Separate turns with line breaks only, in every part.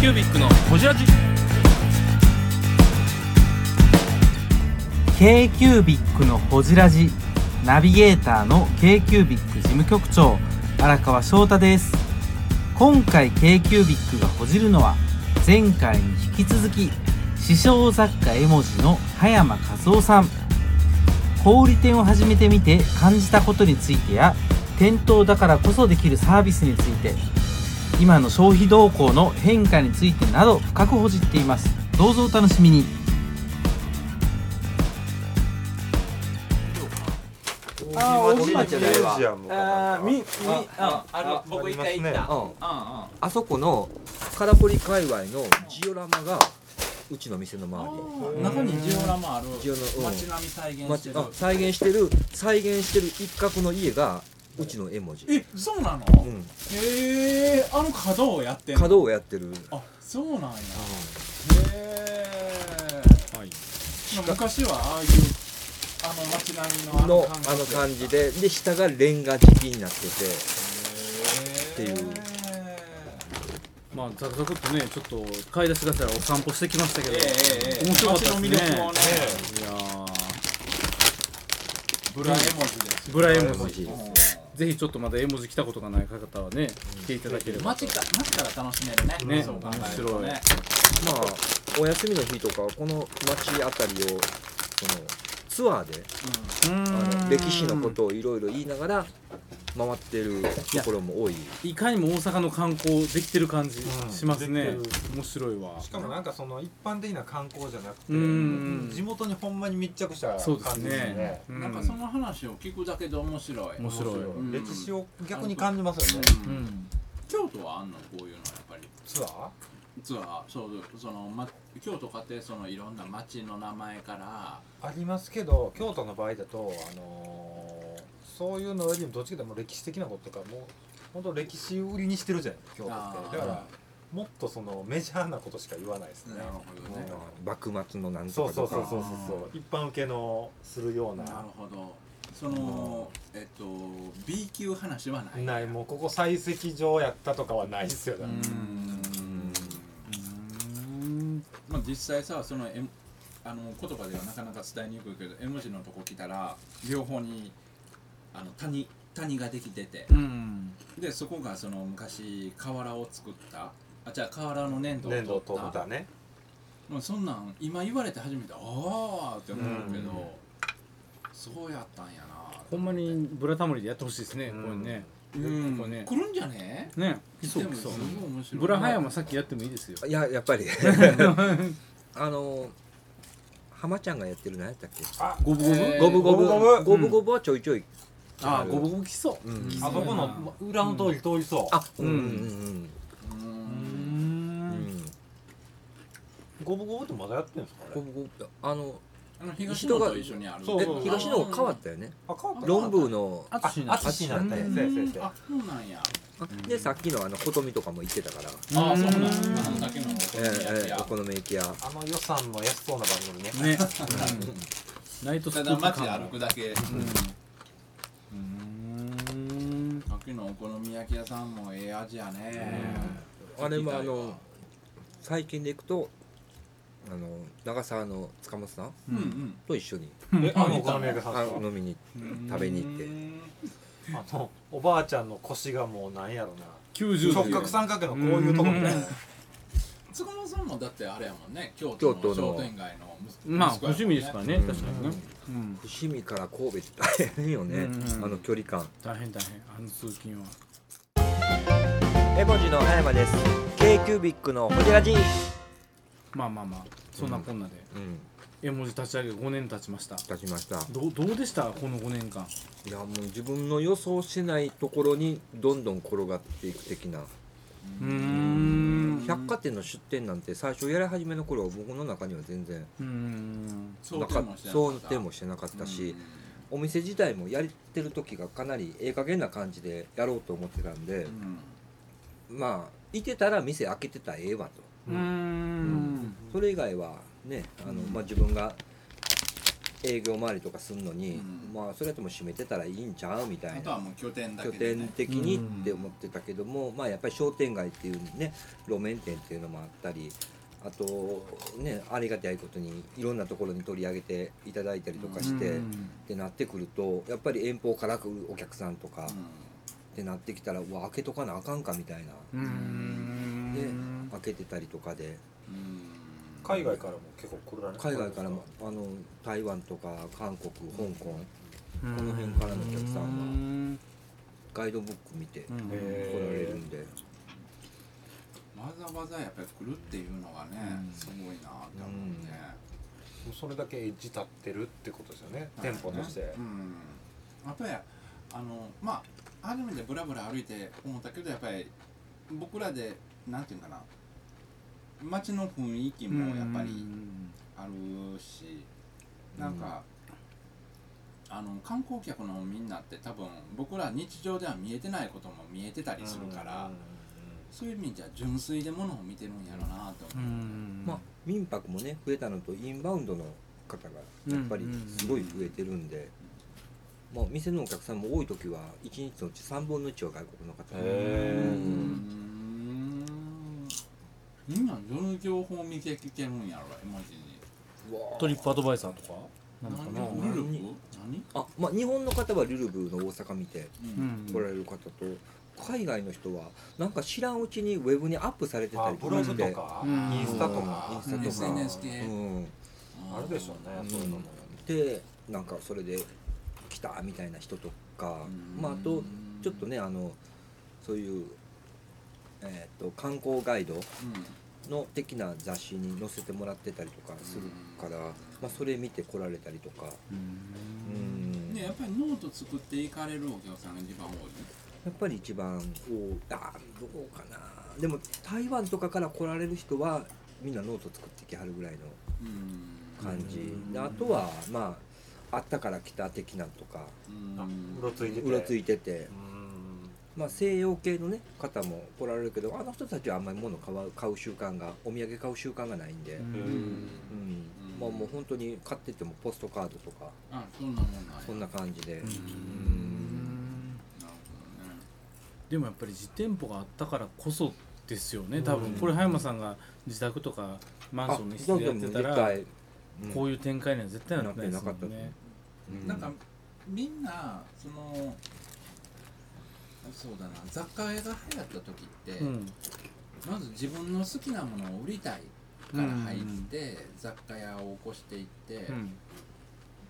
キュービックのこじらじ
k c ュービッのほじラジナビゲーターの k c ュービッ事務局長荒川翔太です今回 k c ュービッがほじるのは前回に引き続き師匠雑貨絵文字の葉山和夫さん小売店を始めてみて感じたことについてや店頭だからこそできるサービスについて今の消費動向の変化についてなど深くほじっていますどうぞお楽しみにあー
おじまちじゃないわ
ミュージアムかなん
あ
か
ーみみ
ああの僕
あり
一
ます
回
ね
行った、
うん
あ
あそこの空堀界隈のジオラマがうちの店の周
あ中にジオラマある
ジオラマうん
街並み再現
り
し
街
てる
あ再現してる再現してる一角の家がうちの絵文字、
えそうなの、
うん、
へえあの角をやってんの
角をやってる、うん
あそうなんやへえ、はい、昔はああいうあの街並みの
の
あの感じ
あの感じでで下がレンガ敷きになってて
って
いう
まあ、ザクザクっとね、ちょっと買い出しがてらお散歩してきましたけ
え
ど、
えええええ
面白かったですね。
街の魅力をね
いや
ブラ絵文字です
ー、ブラエ
絵
モ
文
ジ
字。
ぜひちょっとまだ絵文字来たことがない方はね、来ていただければ。
街か街から楽しめるね
ね
そう考えるとね
面
まあお休みの日とかこの街あたりをそのツアーで
う
あ
ー
の
ん
歴史のことをいろいろ言いながら回ってるところも多い
いかにも大阪の観光できてる感じ
うん
しますね。
できて
面白いわ。
しかもなんかその一般的な観光じゃなくて
うん
地元にほんまに密着した感じ
そうで
ですす
ね
ね。
う
うんんなんかその話を聞くだけで面白い
面白い。
そう
うん
歴史を逆に感じますよね
う
うんん。
京都はあんのこういうのやっぱり
ツアー
実はそうその、ま、京都かってそのいろんな町の名前から
ありますけど京都の場合だとあのーそういうのよりもどっちかというともう歴史的なこととかもう本当歴史売りにしてるじゃない京都
あ
っ
ー
てだからもっとそのメジャーなことしか言わないですね
なるほどね
幕末のなん
そ
と
うそう
かと
そう
か
そうそうそう一般受けのするよう
なる
な
ほどそのえっと B 級話はない
ないもうここ採石場やったとかはないですよ
うー
ね
んまあ実際さその、M、あの言葉ではなかなか伝えにくいけど M 字のとこ来たら両方にあの谷谷ができてて
うん。
でそこがその昔瓦を作ったあじゃあ瓦の粘土を取
粘
った
土とだね
まあ、そんなん今言われて初めてああって思うけど、
うん
そうやったんやな
ほんまにブラタモリでやってほしいですね。これね。
うん
ここね
来るんじゃね
ね。来そう
でも
来そう
す。ごい面白い
ブラハヤもさっきやってもいいですよ。
いやや っぱりあの浜ちゃんがやってる何やったっけ
あ
ゴブゴブ
えー
ゴブゴブ
ゴブゴブ
ゴブゴブはちょいちょい
あー、ゴブゴブ来そう。
うん
き
あそこの裏の通り通りそう
あうん
う
うんんうん
う
うん。
うんん
ゴブゴブってまだやってるんですか
ゴブゴブあの
あの東野と一緒にある
人が
え
そうそう
東野変わったよね
あ変わった
論文の
あつしな
あつしなったやつやつやつ
あそうなんや
あでさっきのあの琴美とかも行ってたから
あそうなんや
うん
あのだけのお
え
好み焼き
ーえー
や
お好み焼き屋
あの予算の安そうな番組ね
ね。ナイトス
た
クー
だ
プ感
街歩くだけ
うん。
さっきのお好み焼き屋さんもええ味やね
あれもあの最近で行くとあの長澤の塚本さん
うんうん
と一緒に
えあのお好み焼き屋さ
あ
んですか
飲みに
うん
食べに行って
あのおばあちゃんの腰がもうなんやろな
九十。
直角三角のこういうとこみたいな
塚本さんもだってあれやもんね京
京
都
都
の
の
商店街の息子
まあ、
息子やもんね
楽しみですからね、
うん
確かにね。うん。
伏見から神戸って大変よね、
うんうん
あの距離感
大変大変、あの通勤は。
絵文字の葉山です k キュービックのホジラジ
まあまあまあ、そんなこんなで、
うん
絵文字立ち上げ五年経ちました。
出しました
どう、どうでした、この五年間。
いやもう自分の予想してないところにどんどん転がっていく的な
うーん。
百貨店の出店なんて最初やり始めの頃は僕の中には全然
うーん。
想定
か
もしてなか
想
った
定もしてなかったし、
うん
お店自体もやってる時がかなりええ加減な感じでやろうと思ってたんで、まあいてたら店開けてたらええわと
うーん。
それ以外はねあの、まあ、自分が営業回りとかするのに、
うん
まあそれやっても閉めてたらいいんちゃうみた
あ
い
とは
な
もう拠点だけ
拠
で、
点
ね、
的にって思ってたけども、まあやっぱり商店街っていうね路面店っていうのもあったりあとねありがたいことにいろんなところに取り上げていただいたりとかして、
う
っ
ん
てなってくるとやっぱり遠方から来るお客さんとか、ってなってきたらうわ開けとかなあかんかみたいな、
うーん
で開けてたりとかで
うんうん
海外からも結構来られる
海外からもあの台湾とか韓国香港
こ
の辺からのお客さんは
ん
ガイドブック見て来
は
ら
へ
れるんで、
わざわざやっぱり来るっていうのはね、
うん
すごいなって思うね、
もうそれだけエッジ立ってるってことですよね、
なん
店舗
かね
として、
うん、あとやあのまあ初めてブラブラ歩いて思ったけどやっぱり僕らでなんていうかな街の雰囲気もやっぱりあるし、なんか、あの観光客のみんなって多分僕ら日常では見えてないことも見えてたりするから、そういう意味じゃ純粋でものを見てるんやろうなと
う
思う、
ん
まあ民泊もね増えたのとインバウンドの方がやっぱりすごい増えてるんで、まあ、店のお客さんも多い時は1日のうち3分の1は外国の方
へ
うーんみんなどの情報見て聞けるんやろ絵文字に
トリップアドバイザーとかなのかな
何ルルブ何
あ、まあ、日本の方はルルブの大阪見て
う
うんん
来られる方と海外の人はなんか知らんうちにウェブにアップされてた
あ
り
ブログ
して
とか、
うん
インスタとか、
うんインスタとか
SNS 系
うん
あるでしょうね、そういうのも、
でなんかそれで来たみたいな人とか、
うん
まあ、あとちょっとねあのそういう、えー、と観光ガイドの的な雑誌に載せてもらってたりとかするから、
うん
まあ、それ見て来られたりとか、
うんねやっぱりノート作っていかれるお客さんが一番多いね
やっぱり一番おあーどうかなでも台湾とかから来られる人はみんなノート作ってきはるぐらいの
うん
感じ、であとはまああったから来た的なとか
うん
あうろついてて、
うろつ
い
いてて
う、ん、
まあ、西洋系の、ね、方も来られるけどあの人たちはあんまり物買う買う習慣がお土産買う習慣がないんで、
へ
うん
ん
ー
うん
まあ、もう本当に買っててもポストカードとか
あそんなもんない
そんな感じで、
なるほどね
でもやっぱり実店舗があったからこそですよね多分これ葉山さんが自宅とかマンションの一室でやってたらこう
い
いう展開には絶対なってないですも
なって
ん
なか
ね
うん
なんかみんなそのそうだな雑貨屋が流行った時って、
うん
まず自分の好きなものを売りたいから入って、雑貨屋を起こしていって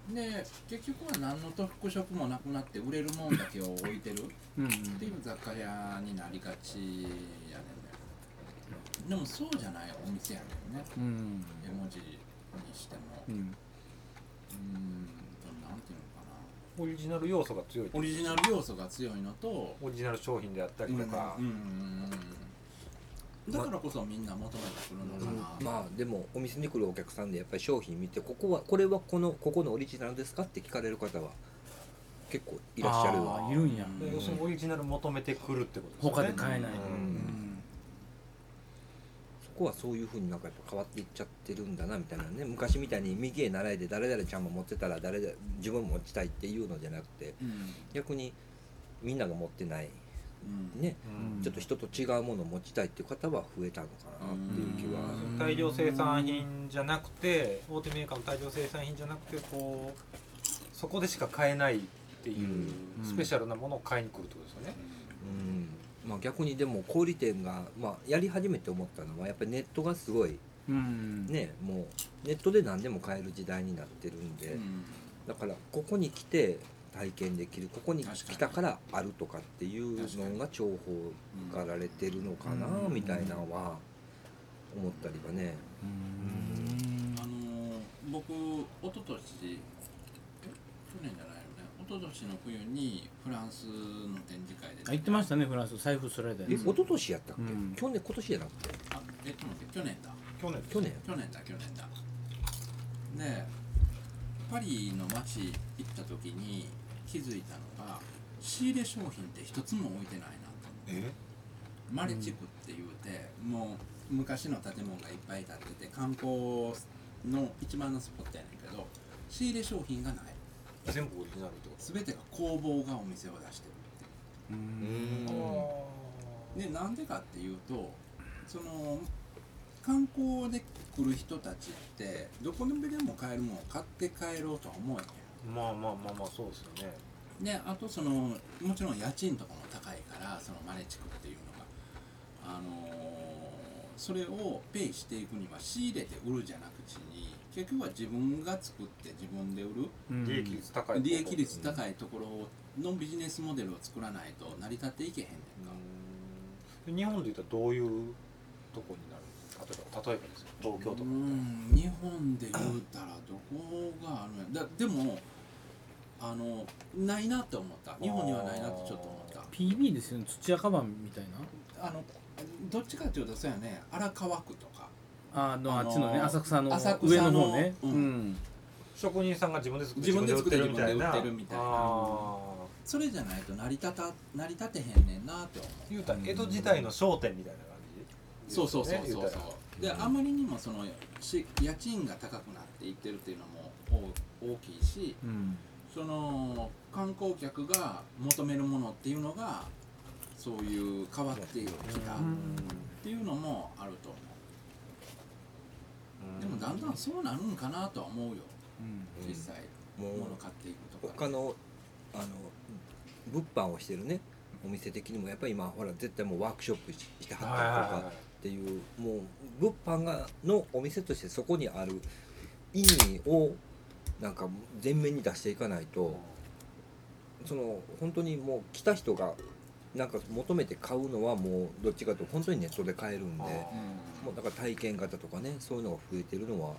う、ん
で結局は何の特色もなくなって売れるもんだけを置いてる
うん
っていう雑貨屋になりがちやねんねでもそうじゃないお店やねんね
うん
絵文字にしてもう
うんん
なんていうのかな
オリジナル要素が強い
オリジナ
ル
ル要素が強いのと
オリジナル商品であったりとか、
うんうんうんだからこそみんな求めてくるのかな、
まあでもお店に来るお客さんでやっぱり商品見てここはこれはこのここのオリジナルですかって聞かれる方は結構いらっしゃる
あーいるんや
うん
で要するにオリジナル求めてくるってことですよね
他で買えない
うんそこはそういうふうになんかやっぱ変わっていっちゃってるんだなみたいなね昔みたいに右へ習いで誰々ちゃんも持ってたら誰々自分も持ちたいっていうのじゃなくて
うん
逆にみんなが持ってない
うん
ね、
うん
ちょっと人と違うものを持ちたいっていう方は増えたのかなっていう気は
うん
大量生産品じゃなくて大手メーカーの大量生産品じゃなくてこうそこでしか買えないっていう
うん
スペシャルなものを買いに来るってことですよね、
うんまあ、逆にでも小売店が、まあ、やり始めて思ったのはやっぱりネットがすごい
うん
ねもうネットで何でも買える時代になってるんで、
うん
だからここに来て体験できるここに
確かに
来たからあるとかっていうのが重宝がられてるのかな
うん
みたいなのは思ったりはね。
あのー僕一昨年え去年じゃないよね一昨年の冬にフランスの展示会で、
あ言ってましたねフランス財布それで
え一昨年やったっけ、
うん
去年今年じゃなくて
あえちょっと待って去年だ
去年
去年
去年だ去年だでパリの街行った時に気づいたのが仕入れ商品って一つも置いてないなと思って
え
マレチクって言うて、もう昔の建物がいっぱい建ってて観光の一番のスポットやねんけど仕入れ商品がない
全部オリジナルってこと
全てが工房がお店を出してるっていう
うん
でなんでかっていうとその観光で来る人たちってどこにでも買えるものを買って帰ろうとは思えへ
まあまあまあまあそうですよね
んであとそのもちろん家賃とかも高いからそのマネ地区っていうのがあのーそれをペイしていくには仕入れて売るじゃなくちに結局は自分が作って自分で売る
うん
利益率高い
利益率高いところのビジネスモデルを作らないと成り立っていけへんねんか、
うん日本で言ったらどういうとこになるんですか例えば例えばですよ東京とか
うん日本で言うたらどこがあるんやだでもあのないなって思った日本にはないなってちょっと思った
PB ですよね土屋カバンみたいな
あのどっちかっていうとそうやね荒川区とか
あの、
あ
あ
のー
っちのね浅草の
浅草
上
の
の方ね、
うん
ん
職人さんが自分で作って
自分で作って
自分
自分で売ってるみたいな
あー
それじゃないと成り立た成り立てへんねんなって思う
言うたら江戸時代の商店みたいな感じ
そうそうそうそ
言
う
た
そ
ら
うであまりにもそのし家賃が高くなっていってるっていうのも大大きいし
うん
その観光客が求めるものっていうのがそういう変わってきたっていうのもあると思うでもだんだんそうなるんかなとは思うよ
うん
うん
実際
もう
物買っていくとか
他のあの物販をしてるねお店的にもやっぱり今ほら絶対もうワークショップししては
はいはい
ったり
はい
とか
はい
っていうもう物販がのお店としてそこにある意味をなんか前面に出していかないとその本当にもう来た人がなんか求めて買うのはもうどっちかというと本当にネットで買えるんで
あー
もうだから体験型とかねそういうのが増えてるのは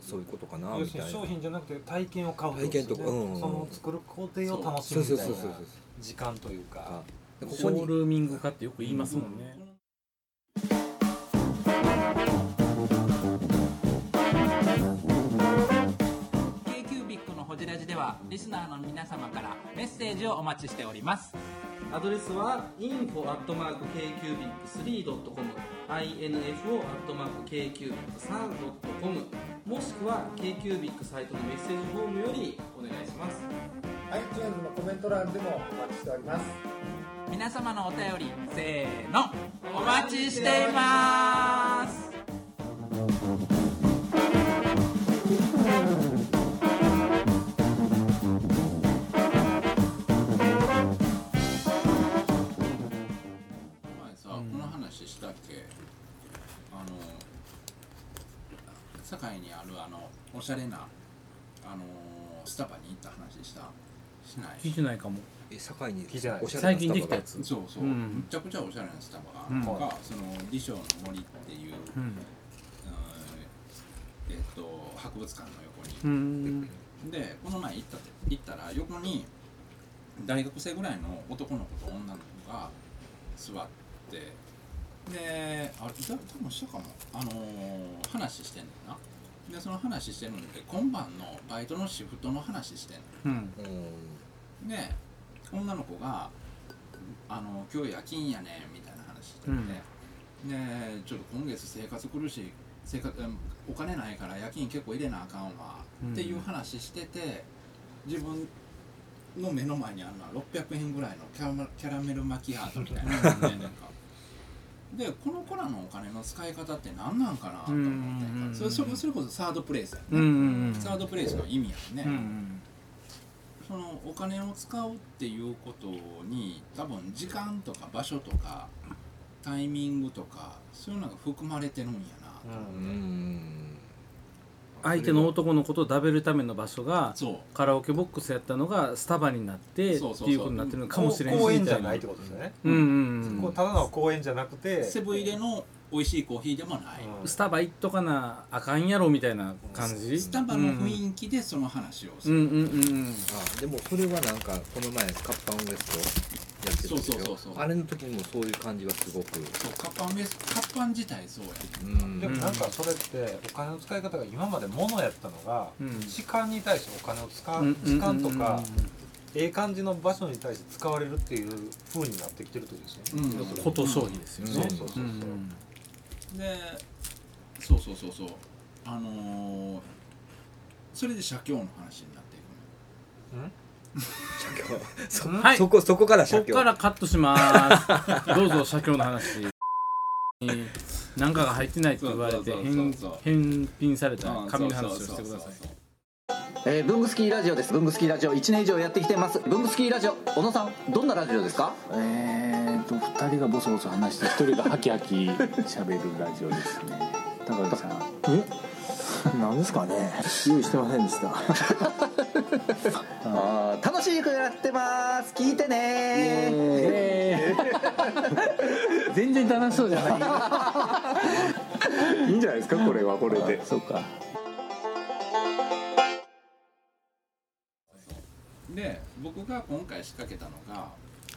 そういうことかな
要
み
す
た
る
いな
に商品じゃなくて体験を買うってこですよね
体験とかうんうん
その作る工程を楽し
そ
む
うそ
み
う
たい
そ
うな
そうそう
時間というか
でこ
シ
こ
ョー
に
ルーミング化ってよく言いますもんね、
K-Cubic のホジラジではリスナーの皆様からメッセージをお待ちしております
アドレスは info.kcubic3.com info.kcubic3.com もしくは KQBIC サイトのメッセージフォームよりお願いします
iTunes のコメント欄でもお待ちしております
皆様のお便りせーのお待ちしています
前さ、この話したっけあの堺にあるあのおしゃれなあのスタバに行った話したしな
聞い
い
てないかも
え堺に
聞いてない
おしゃれ
最
なスタ
近で
バが
きたやつ
そうそう、
うん
めちゃくちゃおしゃれなスタバがあるとか、その「李昌の森」っていう、
う
うん
ん
えっと博物館の横に、
うん
でこの前行ったって行ったら横に大学生ぐらいの男の子と女の子が座ってであれだ多分したかもあのー話してんねんなでその話してるので今晩のバイトのシフトの話してん
うん
う
ねんで女の子が「あの今日夜勤やねん」みたいな話してて、
うん
でちょっと今月生活苦しい生活うんお金ないから夜勤結構入れなあかんわ、
うん
っていう話してて自分の目の前にあるのは600円ぐらいのキャラメキャラメルマキアートみたいなのがあ ってなんかでこの子らのお金の使い方って何なんかなと思って
うんうんうん
それそれそれこそサードプレイスや
うんうん
ね、
うん
サードプレイスの意味やんね、
うん
そのお金を使うっていうことに多分時間とか場所とかタイミングとかそういうのが含まれてるんやな、
んうん
相手の男の子と食べるための場所が
そ
カラオケボックスやったのがスタバになってって
そうそうそう
いうことになってるのかもしれんし
公園
み
じ
た
ゃ
いな
ないってことですよね
うんうんう
こ
ん
うただの公園じゃなくて
うセブン入れの美味しいコーヒーでもない、
うん
スタバ行っとかなあかんやろみたいな感じ
スタバの雰囲気でその話をす
うん
る、
うんうん
あでもそれはなんかこの前カッパンウエストやってたんです
そうそう
よ
そうそう
あれの時にもそういう感じはすごく
そうカッパンベースカッパン自体そうや
うん
でもなんかそれってお金の使い方が今まで物やったのが
うん
時間に対してお金を使
う
うん時間とかええ感じの場所に対して使われるっていう風になってきてるってことですよね
うん
要するに
こと消費ですよ
そう
ね
そうそうそう
でそうそうそうそうあのーそれで写経の話になっていく
写
の
経そ,、
はい
そこそこから
こ
写
っ
経
からカットします。どうぞ、社協の話。に何かが入ってないって言われて
そうそうそう
返
そう
返品された
うん
紙の話を
そ
し
う
てく
そう
だ
そう
さい
そう
えー、ブングスキーラジオですブングスキーラジオ1年以上やってきてますブングスキーラジオ小野さんどんなラジオですか
えーと2人がボソボソ話して1人がハキハキ喋るラジオですね高橋さんえなんですかね用意してませんで した
あー楽しい曲やってます聞いてね
全然楽しそうじゃないいいんじゃないですかこれはこれでそうか
で僕が今回仕掛けたのが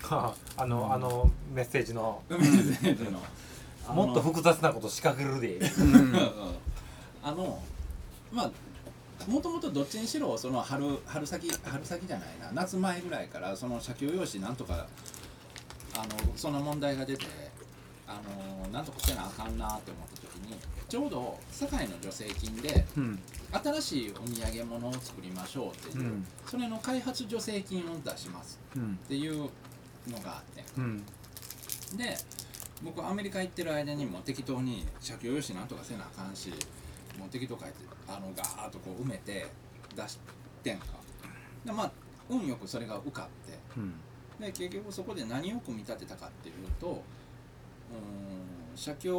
ああの、あのメッセージの
梅津先生のあの
もっと複雑なこと仕掛けるで
あのまあもともとどっちにしろその春春先春先じゃないな夏前ぐらいからその社協用紙なんとかあのそんな問題が出てあのなんとかせなあかんなって思った時にちょうど堺の助成金で
うん
新しいお土産物を作りましょうっていう、
うん
それの開発助成金を出します
うん
っていうのがあって
うん
で僕アメリカ行ってる間にもう適当に写経用紙なんとかせなあかんしもう適当書いてあのガーッとこう埋めて出してんかでまあ運よくそれが受かって
うん
で結局そこで何を組み立てたかっていうとうーん写経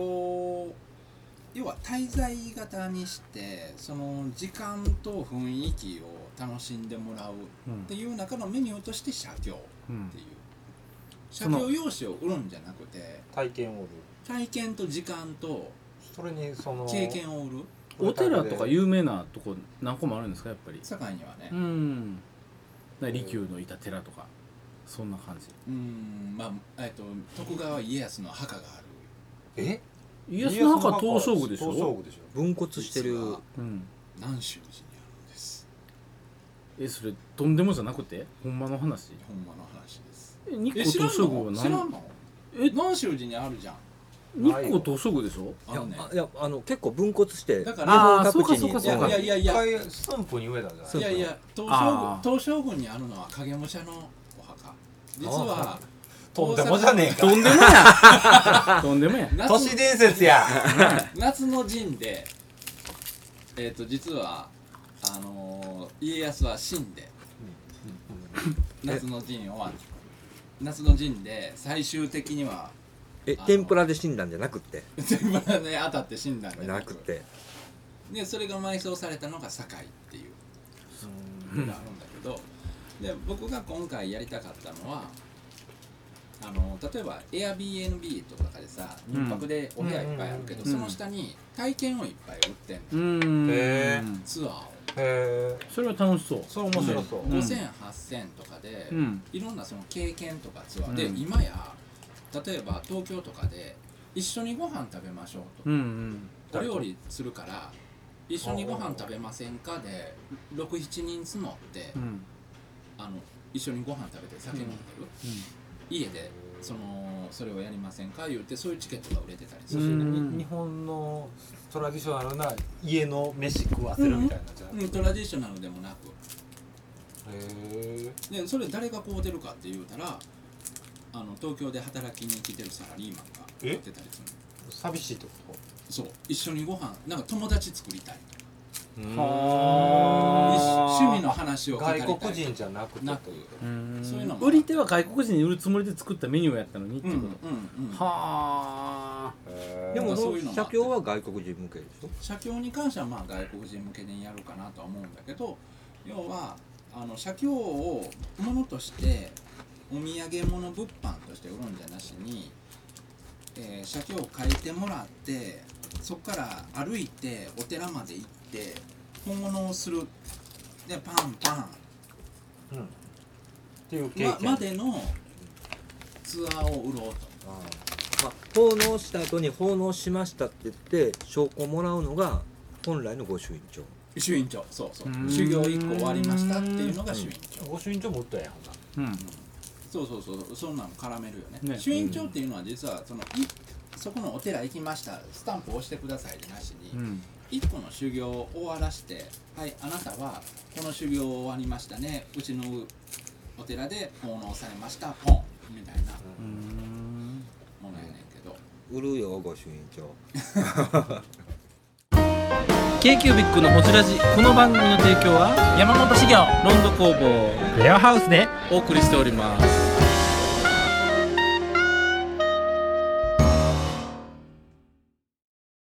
要は滞在型にしてその時間と雰囲気を楽しんでもらうっていう中のメニューとして写経っていう写
の
経用紙を売るんじゃなくて
体験を売る
体験と時間と
それにその
経験を売る
お寺とか有名なとこ何個もあるんですかやっぱり
堺にはね
うんだから利休のいた寺とかそんな感じ
うんまあ、えっと徳川家康の墓がある
え
家康の墓は東照宮でし
東照
ょ、
宮でしょ
分骨してる
実は
うん、
南州寺にあるんです
えそれとんでもじゃなくてほんまの話
ほんまの話です
え日
え
光
知らん
東照宮は
の知ら
何
んの
え
南州寺にあるじゃん
日光東照宮でしょ
あ
いや
のね
あいやあの結構分骨して
だか
あ
ら
あーそうかそうか
い
そうか
やいやいや
一
いやい
回スタンプに植えたんじゃない
やいや東照
あ
宮東照宮にあるのは影武者のお墓実は
とんでもじゃねえか
とんでもやとんでもや
夏
都市伝説や
夏の陣で、えー、と実はあのー家康は死んで夏の陣終わって夏の陣で最終的には
え
あの
天ぷらで死んだんじゃなく って
全部ね当たって死んだんじゃ
なくて
でそれが埋葬されたのが堺っていうのがあるんだけどで僕が今回やりたかったのはあの例えば Airbnb とかでさ
うん
民泊でお部屋いっぱいあるけど、
うん
その下に体験をいっぱい売ってんの
うーん
へ
ツアーを。
へえ
それは楽しそう
それ面白そう、
ん
5000、8000とかで、
うん
いろんなその経験とかツアーで、
うん
今や例えば東京とかで一緒にご飯食べましょう
う
と、
んうん
お料理するから一緒にご飯食べませんかで67人募って、
うん
あの一緒にご飯食べて酒飲んでる、家でそのそれをやりませんか言ってそういうチケットが売れてたりす
う
る、うん
ん
に日本のトラディショナルな家の飯食わせるみたいなじゃん、へ
トラディショナルでもなく
え
でそれ誰がこう出るかって言うたらあの東京で働きに来てるサラリーマンが
え
やってたりする
寂しいってこ
そう一緒にご飯なんか友達作りたい
は
一緒趣味の話を
と
語りたい
外国人じゃなくて
な
と
く
いう
うん
そういうのも
売り手は外国人に売るつもりで作ったメニューをやったのにって
うん
い
うん
うこと、
うん
はあ
へー
でも
そういうのもあっ
写
て
経は外国人向けでしょ
写経に関してはまあ外国人向けにやるかなとは思うんだけど要はあの写経をものとしてお土産物物販として売るんじゃなしに、えー写経を書いてもらってそこから歩いてお寺まで行って本物をするでパンパ
う
ン
んっていう経験
ままでのツアーを売ろうと
まあ、奉納した後に奉納しましたって言って証拠をもらうのが本来の御朱印帳
主院長そうそうう
ーん
修行1個終わりましたっていうのが主院長、
ご朱印帳持ったやんほんなら
うん
そうそうそうそんなの絡めるよね
ね
主院長っていうのは実はそのいそこのお寺行きましたスタンプを押してくださいじゃなしに、
うん
一個の修行を終わらしてはいあなたはこの修行終わりましたねうちのお寺で奉納されましたポンみたいなものやねんけど
売るよご朱印帳
k q b i c のホジラジこの番組の提供は
山本修行
ロンド工房
レアハウスで
お送りしております